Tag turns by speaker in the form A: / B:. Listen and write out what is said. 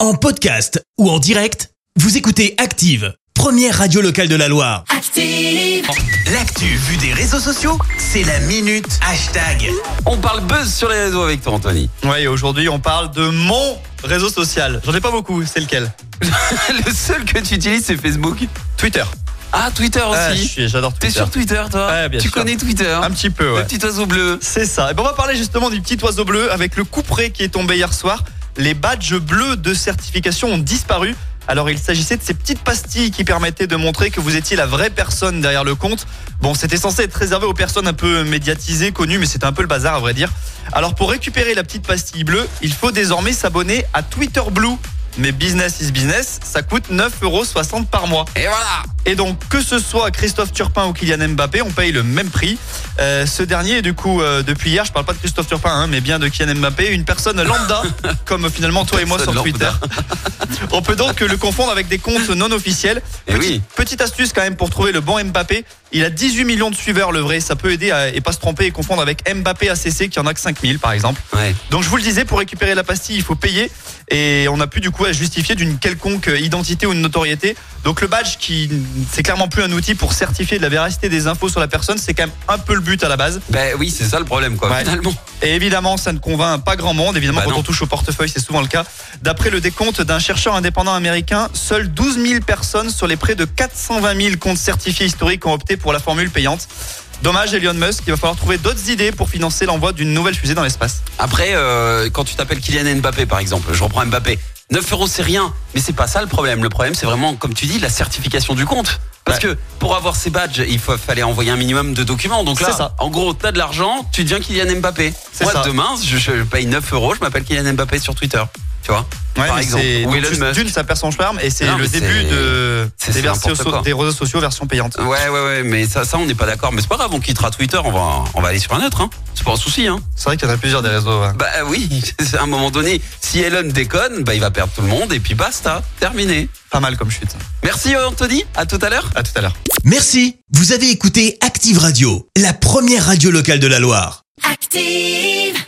A: En podcast ou en direct, vous écoutez Active, première radio locale de la Loire.
B: Active.
C: L'actu vue des réseaux sociaux, c'est la minute hashtag.
D: On parle buzz sur les réseaux avec toi, Anthony.
E: Oui, aujourd'hui on parle de mon réseau social. J'en ai pas beaucoup, c'est lequel
D: Le seul que tu utilises, c'est Facebook.
E: Twitter.
D: Ah, Twitter
E: Ah, je
D: aussi.
E: suis- j'adore
D: T'es
E: Twitter.
D: sur Twitter, toi
E: Ouais, bien
D: Tu
E: sûr.
D: connais Twitter hein
E: Un petit peu,
D: Le
E: ouais.
D: petit oiseau bleu.
E: C'est ça. Et ben, on va parler justement du petit oiseau bleu avec le couperet qui est tombé hier soir. Les badges bleus de certification ont disparu. Alors il s'agissait de ces petites pastilles qui permettaient de montrer que vous étiez la vraie personne derrière le compte. Bon, c'était censé être réservé aux personnes un peu médiatisées, connues, mais c'était un peu le bazar à vrai dire. Alors pour récupérer la petite pastille bleue, il faut désormais s'abonner à Twitter Blue. Mais business is business, ça coûte 9,60€ par mois.
D: Et voilà
E: Et donc, que ce soit Christophe Turpin ou Kylian Mbappé, on paye le même prix. Euh, ce dernier, du coup, euh, depuis hier, je parle pas de Christophe Turpin, hein, mais bien de Kylian Mbappé, une personne lambda, comme finalement toi et moi sur
D: Personne
E: Twitter. on peut donc le confondre avec des comptes non officiels.
D: Eh oui.
E: Petite astuce quand même pour trouver le bon Mbappé. Il a 18 millions de suiveurs, le vrai. Ça peut aider à, et pas se tromper et confondre avec Mbappé ACC qui en a que 5000, par exemple.
D: Ouais.
E: Donc je vous le disais, pour récupérer la pastille, il faut payer et on n'a plus du coup à justifier d'une quelconque euh, identité ou une notoriété. Donc le badge, qui c'est clairement plus un outil pour certifier de la véracité des infos sur la personne, c'est quand même un peu le but à la base.
D: Ben oui, c'est ça le problème, quoi.
E: Ouais.
D: Finalement.
E: Et évidemment, ça ne convainc pas grand monde. Évidemment,
D: Bah
E: quand
D: non.
E: on touche au portefeuille, c'est souvent le cas. D'après le décompte d'un chercheur indépendant américain, seules 12 000 personnes sur les près de 420 000 comptes certifiés historiques ont opté pour la formule payante. Dommage, Elon Musk, il va falloir trouver d'autres idées pour financer l'envoi d'une nouvelle fusée dans l'espace.
D: Après, euh, quand tu t'appelles Kylian Mbappé, par exemple, je reprends Mbappé. 9 euros, c'est rien. Mais c'est pas ça le problème. Le problème, c'est vraiment, comme tu dis, la certification du compte. Parce que pour avoir ces badges, il faut, fallait envoyer un minimum de documents. Donc là,
E: C'est ça.
D: en gros, t'as de l'argent, tu deviens Kylian Mbappé.
E: C'est
D: Moi,
E: ça.
D: demain, je, je paye 9 euros, je m'appelle Kylian Mbappé sur Twitter. Tu vois
E: Ouais,
D: Par
E: mais
D: exemple.
E: c'est-
D: Ou
E: donc,
D: Elon
E: juste
D: Musk.
E: D'une, ça perd son charme et c'est
D: Non,
E: le
D: mais
E: début
D: c'est-
E: de,
D: c'est-
E: des,
D: c'est
E: versions
D: n'importe quoi.
E: des réseaux sociaux version payante.
D: Ouais, ouais, ouais, mais ça, ça on n'est pas d'accord. Mais c'est pas grave, on quittera Twitter, on va, on va aller sur un autre. Hein. C'est pas un souci. Hein.
E: C'est vrai qu'il y en a plusieurs des réseaux. ouais.
D: Bah euh, oui, à un moment donné, si Elon déconne, bah, il va perdre tout le monde et puis basta, terminé.
E: Pas mal comme chute.
D: Merci Anthony, à tout à l'heure.
E: À tout à l'heure.
A: Merci, vous avez écouté Active Radio, la première radio locale de la Loire.
B: Active.